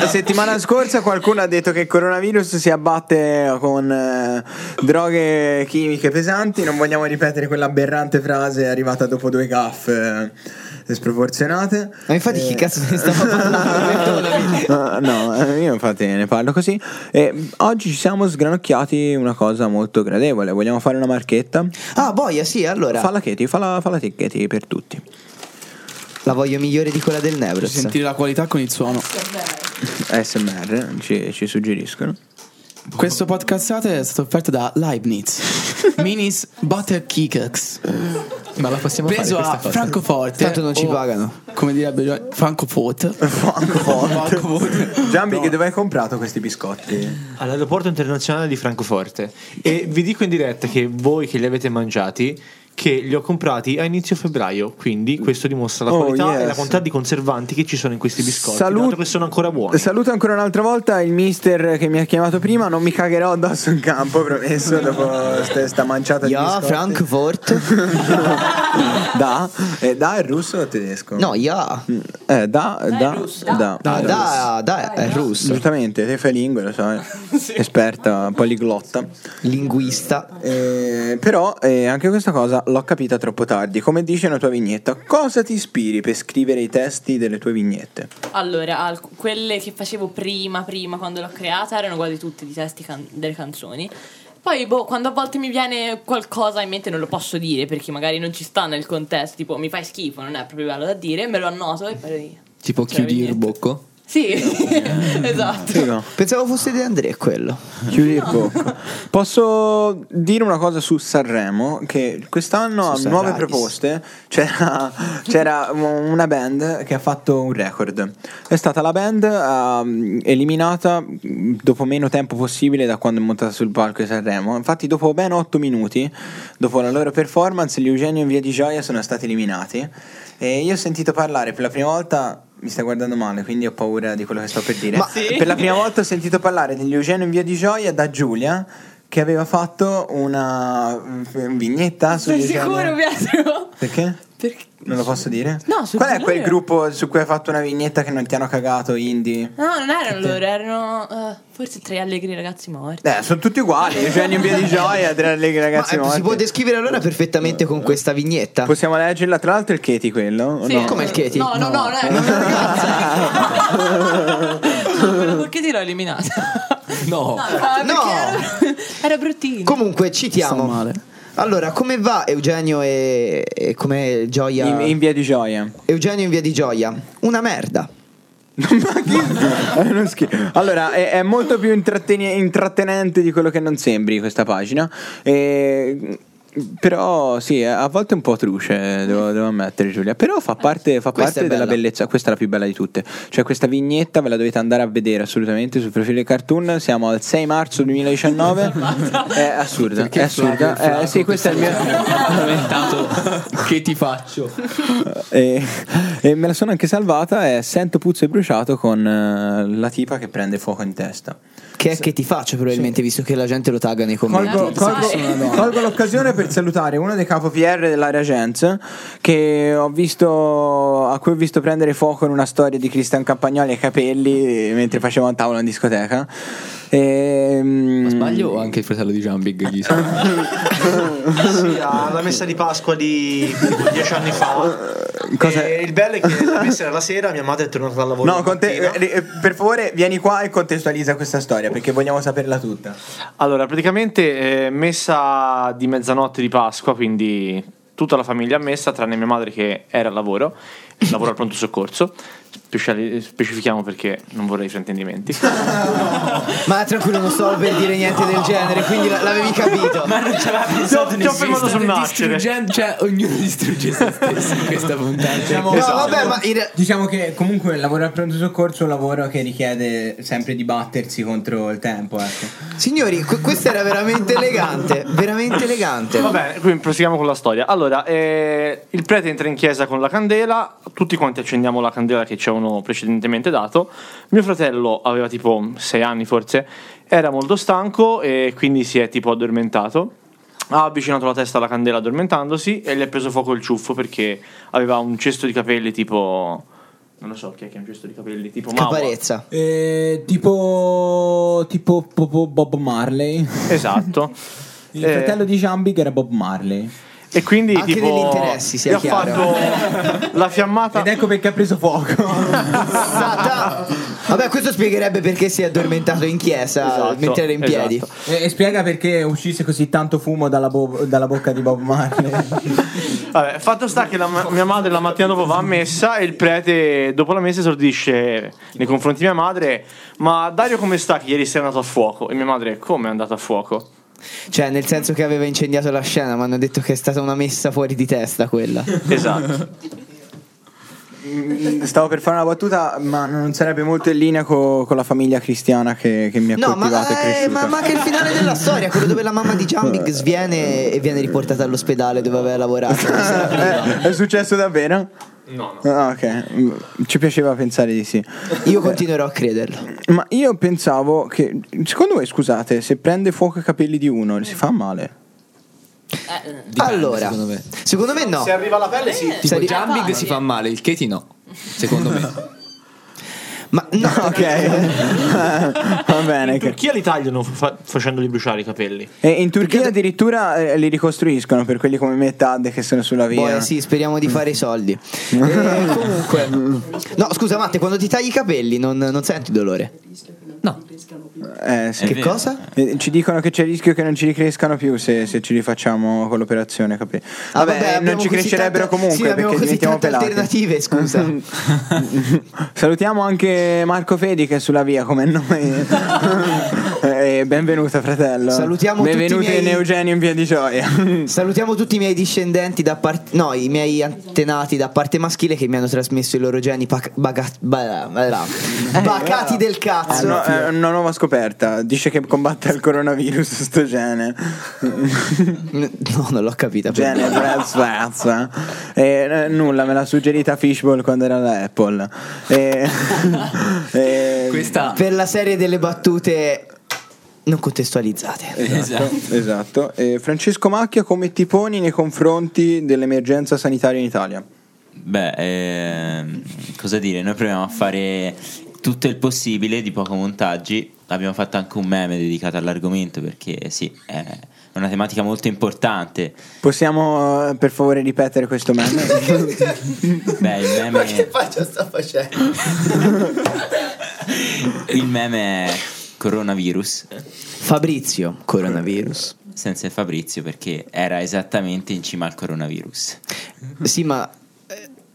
A: La settimana scorsa qualcuno ha detto che il coronavirus si abbatte con eh, droghe chimiche pesanti. Non vogliamo ripetere quell'aberrante frase arrivata dopo due gaffe eh, sproporzionate.
G: Ma infatti chi cazzo ne stava parlando?
A: Ah, no, eh, io infatti ne parlo così. E oggi ci siamo sgranocchiati una cosa molto gradevole. Vogliamo fare una marchetta?
G: ah, boia, sì, allora.
A: Falla Katie, falla, falla te, Katie, per tutti.
G: La voglio migliore di quella del Nevros.
D: Sentire la qualità con il suono.
A: ASMR ci, ci suggeriscono.
D: Questo podcast è stato offerto da Leibniz Minis Butter Kicks
F: Ma la possiamo
D: Preso
F: fare
D: a
F: questa cosa?
D: Francoforte
G: Tanto non ci
D: o,
G: pagano.
D: Come direbbe Gio- Francoforte Francoforte
A: Giambi, che dove hai comprato questi biscotti?
I: All'aeroporto internazionale di Francoforte. E vi dico in diretta che voi che li avete mangiati, che li ho comprati a inizio febbraio. Quindi questo dimostra la
A: Oh,
I: qualità e
A: yes.
I: la quantità di conservanti che ci sono in questi biscotti.
A: Salut-
I: dato che sono ancora buoni.
A: Eh, Saluto ancora un'altra volta il mister che mi ha chiamato prima. Non mi cagherò addosso in campo, promesso, dopo ste- sta manciata di
G: Ja,
A: biscotti.
G: Frankfurt.
A: Da? Eh, da è russo o tedesco?
G: No, ja.
A: Eh, da, da,
E: è russo.
A: da.
G: Ah, da, da, è russo.
A: Giustamente, te fai lingue, lo so, eh. esperta, poliglotta.
G: Linguista.
A: Eh, però eh, anche questa cosa l'ho capita troppo tardi. Come dice la tua vignetta, cosa ti ispiri per scrivere i testi delle tue vignette?
E: Allora, alc- quelle che facevo prima, prima quando l'ho creata erano quasi tutte di testi can- delle canzoni. Poi, boh, quando a volte mi viene qualcosa in mente non lo posso dire perché magari non ci sta nel contesto, tipo mi fai schifo, non è proprio bello da dire, me lo annoto e poi...
F: Tipo
E: Cioè,
F: chiudi il
E: niente.
F: bocco?
E: Sì, esatto.
A: Figo.
G: Pensavo fosse De André quello.
A: Chiudi il bocco. Posso dire una cosa su Sanremo? Che quest'anno
G: Su
A: a nuove
G: Sunrise.
A: proposte c'era, c'era una band che ha fatto un record. È stata la band ehm, eliminata mh, dopo meno tempo possibile da quando è montata sul palco di Sanremo. Infatti, dopo ben 8 minuti, dopo la loro performance, gli Eugenio in Via di Gioia sono stati eliminati. E io ho sentito parlare per la prima volta. Mi stai guardando male, quindi ho paura di quello che sto per dire.
G: Ma-
A: Per la prima volta ho sentito parlare degli Eugenio in Via di Gioia da Giulia che aveva fatto una mm, vignetta su
E: Sei
A: diciamo-
E: sicuro, Pietro?
A: Perché?
E: Perché?
A: Non lo posso dire?
E: No, sul
A: Qual è quel
E: cellulare.
A: gruppo su cui hai fatto una vignetta che non ti hanno cagato, indie?
E: No, non erano loro, erano eh, forse tre allegri ragazzi morti.
A: Eh, sono tutti uguali, Eugenio in via di gioia, tre allegri ragazzi
G: Ma, eh, si
A: morti.
G: può descrivere allora perfettamente
A: Eh.
G: con questa vignetta.
A: Possiamo leggerla, tra l'altro è il Cheti quello? o
E: Sì.
A: no?
G: Come il Cheti?
E: No, no, no, no, eh, non è ragazza. Quello perché ti l'ho eliminata?
F: No.
E: No, perché
G: No.
E: Era, era bruttino.
G: Comunque, citiamo.
D: Sto male.
G: Allora, come va Eugenio e, e come Gioia?
A: In, in via di gioia.
G: Eugenio in via di Gioia. Una merda.
A: È uno schifo. Allora, è, è molto più intratteni- intrattenente di quello che non sembri questa pagina. E- Però sì, a volte è un po' truce, devo, devo ammettere Giulia. Però fa parte, fa
G: Eh, Questa
A: parte
G: è
A: della
G: bella.
A: bellezza, questa è la più bella di tutte. Cioè questa vignetta ve la dovete andare a vedere assolutamente sul profilo di Cartoon. Siamo al 6 marzo 2019. è assurda, è assurda. Eh, sì, questo è il mio...
F: che ti faccio?
A: e, e me la sono anche salvata e sento puzzo e bruciato con eh, la tipa che prende fuoco in testa.
G: Che è che ti faccio, probabilmente, visto che la gente lo tagga nei commenti.
A: Colgo, colgo- colgo l'occasione per salutare uno dei capo PR dell'area Gens che ho visto, a cui ho visto prendere fuoco in una storia di Cristian Campagnoli ai capelli mentre facevo un tavolo in discoteca. Ehm,
F: Ma sbaglio o anche il fratello di Jambig? Gli
I: Sì, alla messa di Pasqua di dieci anni fa.
A: Cosa-
C: Eh,
I: E il bello è che la messa era la sera, mia madre è tornata dal lavoro.
A: No,
I: la
A: con te-
I: mattina.
A: eh, eh, per favore vieni qua e contestualizza questa storia perché vogliamo saperla tutta.
C: Allora, praticamente eh, messa di mezzanotte di Pasqua, quindi tutta la famiglia a messa, tranne mia madre che era al lavoro, lavora al pronto soccorso. Speciali- specifichiamo perché non vorrei fraintendimenti.
G: Ma tranquillo, non stavo per dire niente del genere, quindi la- l'avevi capito.
C: Ti ho- ti ho fermato sul nascere.
F: cioè, ognuno distrugge se stesso in questa puntata.
G: No, vabbè, ma in re-
A: Diciamo che comunque il lavoro al pronto soccorso è un lavoro che richiede sempre di battersi contro il tempo. ecco.
G: signori, que- questa era veramente elegante. Veramente elegante.
C: Va bene, quindi proseguiamo con la storia. Allora, eh, il prete entra in chiesa con la candela, tutti quanti accendiamo la candela che ci avevano precedentemente dato. Mio fratello aveva tipo 6 anni forse, era molto stanco e quindi si è tipo addormentato. Ha avvicinato la testa alla candela addormentandosi e gli è preso fuoco il ciuffo perché aveva un cesto di capelli tipo... Non lo so chi è che ha un cesto di capelli tipo... Mawa.
G: Caparezza.
A: Eh, tipo, tipo Bob Marley.
C: Esatto.
A: Il
C: Eh,
A: fratello di Jambig era Bob Marley.
C: E quindi
G: Anche
C: tipo...
G: degli interessi, sia
C: gli ha
G: chiaro.
C: fatto la fiammata...
A: Ed ecco perché ha preso fuoco.
G: Sata. Esatto. Vabbè, questo spiegherebbe perché si è addormentato in chiesa
C: Esatto,
G: mentre era in piedi.
C: esatto.
A: e, e spiega perché uscisse così tanto fumo dalla, bo- dalla bocca di Bob Marley.
C: Vabbè, fatto sta che la ma- mia madre la mattina dopo va a messa e il prete dopo la messa esordisce nei confronti di mia madre, ma Dario come sta che ieri sei andato a fuoco? E mia madre come è andata a fuoco?
G: Cioè, nel senso che aveva incendiato la scena, ma hanno detto che è stata una messa fuori di testa quella.
C: Esatto.
A: Mm, Stavo per fare una battuta, ma non sarebbe molto in linea co- con la famiglia cristiana che, che mi ha
G: No, ma,
A: coltivato e
G: eh,
A: cresciuto.
G: ma, ma anche il finale della storia, quello dove la mamma di Jambig sviene e viene riportata all'ospedale dove aveva lavorato.
A: Eh, è successo davvero? No, no. ok, Mm, ci piaceva pensare di sì.
G: Io continuerò a crederlo.
A: Ma io pensavo che. Secondo voi, scusate, se prende fuoco i capelli di uno si fa male?
G: allora,
F: secondo me.
G: secondo me no.
I: Se arriva alla pelle, sì.
F: Tipo
G: Sari-
F: Jambig si fa male, il Katie no. Secondo me.
G: Ma no,
A: Ok, va bene. ok.
I: Turchia li tagliano fa- facendoli bruciare i capelli.
A: E in Turchia addirittura eh, li ricostruiscono per quelli come me e Tad che sono sulla via.
G: Boh, sì, speriamo di fare i soldi. Eh, comunque, no, scusa, Matte, quando ti tagli i capelli non, non senti dolore.
A: Eh, sì.
G: Che cosa?
A: Eh, Ci dicono che c'è il rischio che non ci ricrescano più se, se ci rifacciamo con l'operazione, capito?
G: Ah,
A: Vabbè,
G: abbiamo
A: non ci
G: così
A: crescerebbero
G: tante-
A: comunque
G: Sì, abbiamo
A: perché
G: così
A: diventiamo
G: tante
A: pelati.
G: alternative, scusa.
A: Salutiamo anche Marco Fedi che è sulla via come noi. e benvenuto, fratello.
G: Salutiamo tutti i
A: Benvenuti
G: miei-
A: in Eugenio in via di gioia.
G: Salutiamo tutti i miei discendenti da parte no, i miei antenati da parte maschile che mi hanno trasmesso i loro geni pac- baga- ba- ba- bacati del
A: Ah,
G: cazzo.
A: no, è una nuova scoperta. Dice che combatte il coronavirus sto gene.
G: No, non l'ho capita.
A: Gene
G: perdonami.
A: Brad Svezza. E eh, nulla, me l'ha suggerita Fishball quando era da Apple. Eh, E, e-
F: Questa
G: Per la serie delle battute non contestualizzate.
A: Esatto, esatto. E Francesco Macchia, come ti poni nei confronti dell'emergenza sanitaria in Italia?
J: Beh, ehm, cosa dire, noi proviamo a fare tutto il possibile di poco montaggi. Abbiamo fatto anche un meme dedicato all'argomento perché sì, è una tematica molto importante.
A: Possiamo eh, per favore ripetere questo meme?
J: Beh, il
G: Ma che
J: meme,
G: faccia sta facendo?
J: il meme è coronavirus,
G: Fabrizio, coronavirus.
J: senza il Fabrizio perché era esattamente in cima al coronavirus.
G: Sì, ma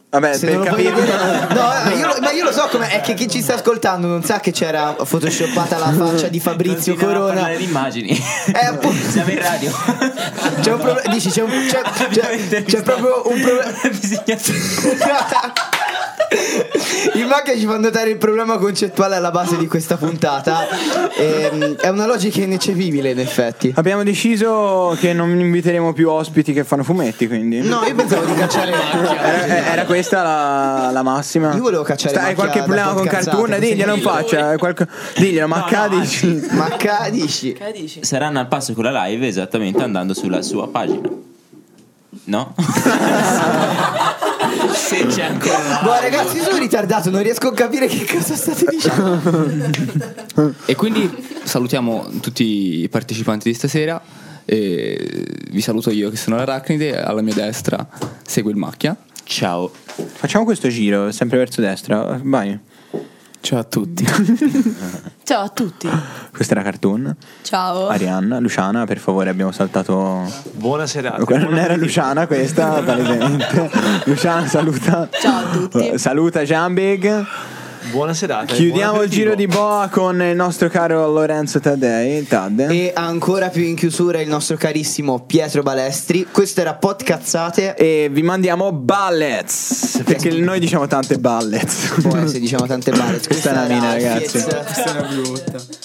A: Vabbè,
G: Se
A: Eh, per
G: non lo
A: capire...
G: voglio dire- No, eh, io lo- ma io lo so come è che chi ci sta ascoltando non sa che c'era photoshoppata la faccia di Fabrizio
J: Continuiamo a
G: Corona.
J: parlare di immagini.
G: Eh, appunto.
J: Siamo in radio.
G: C'è un problema, dici, c'è, un- c'è- c'è- c'è proprio un problema.
J: Bisogna-
G: Il Macca ci fa notare il problema concettuale alla base di questa puntata. Ehm, è una logica ineccepibile, in effetti.
A: Abbiamo deciso che non inviteremo più ospiti che fanno fumetti, quindi...
G: No, io pensavo di cacciare
A: Era,
G: Macchia.
A: era questa la, la massima.
G: Io volevo cacciare
A: Hai
G: Macchia
A: qualche
G: da
A: problema con
G: podcast,
A: Cartoon?
G: così
A: Diglielo, non faccia. eh, qualche- Diglielo, ma cadi.
G: Macca, dici.
E: Che dici?
J: Saranno al passo con la live esattamente andando sulla sua pagina. No? Se c'è ancora.
G: Boh, ragazzi, io sono ritardato, non riesco a capire che cosa state dicendo.
F: E quindi salutiamo tutti i partecipanti di stasera. E vi saluto io che sono l'arachnide, alla mia destra segue il macchia.
J: Ciao.
A: Facciamo questo giro, sempre verso destra. Vai.
D: Ciao a tutti.
E: Ciao a tutti.
A: Questa era Cartoon.
G: Oh.
E: Ciao.
A: Arianna, Luciana, per favore, abbiamo saltato.
I: Buona
C: Ah,
I: serata.
A: Quella non era Luciana, questa, palesemente. Luciana, saluta. Eh,
H: Ciao a tutti.
A: Saluta Jambig.
I: Buona serata. e
A: Chiudiamo
I: buon
A: il giro di
I: aperitivo.
A: boa con il nostro caro Lorenzo Taddei. Tadde.
G: E ancora più in chiusura il nostro carissimo Pietro Balestri. Questo era Podcazzate.
A: E vi mandiamo ballets. Perché noi diciamo tante ballets.
G: Poi se diciamo tante male.
A: Questa è la mina, ragazzi.
G: Questa è una brutta.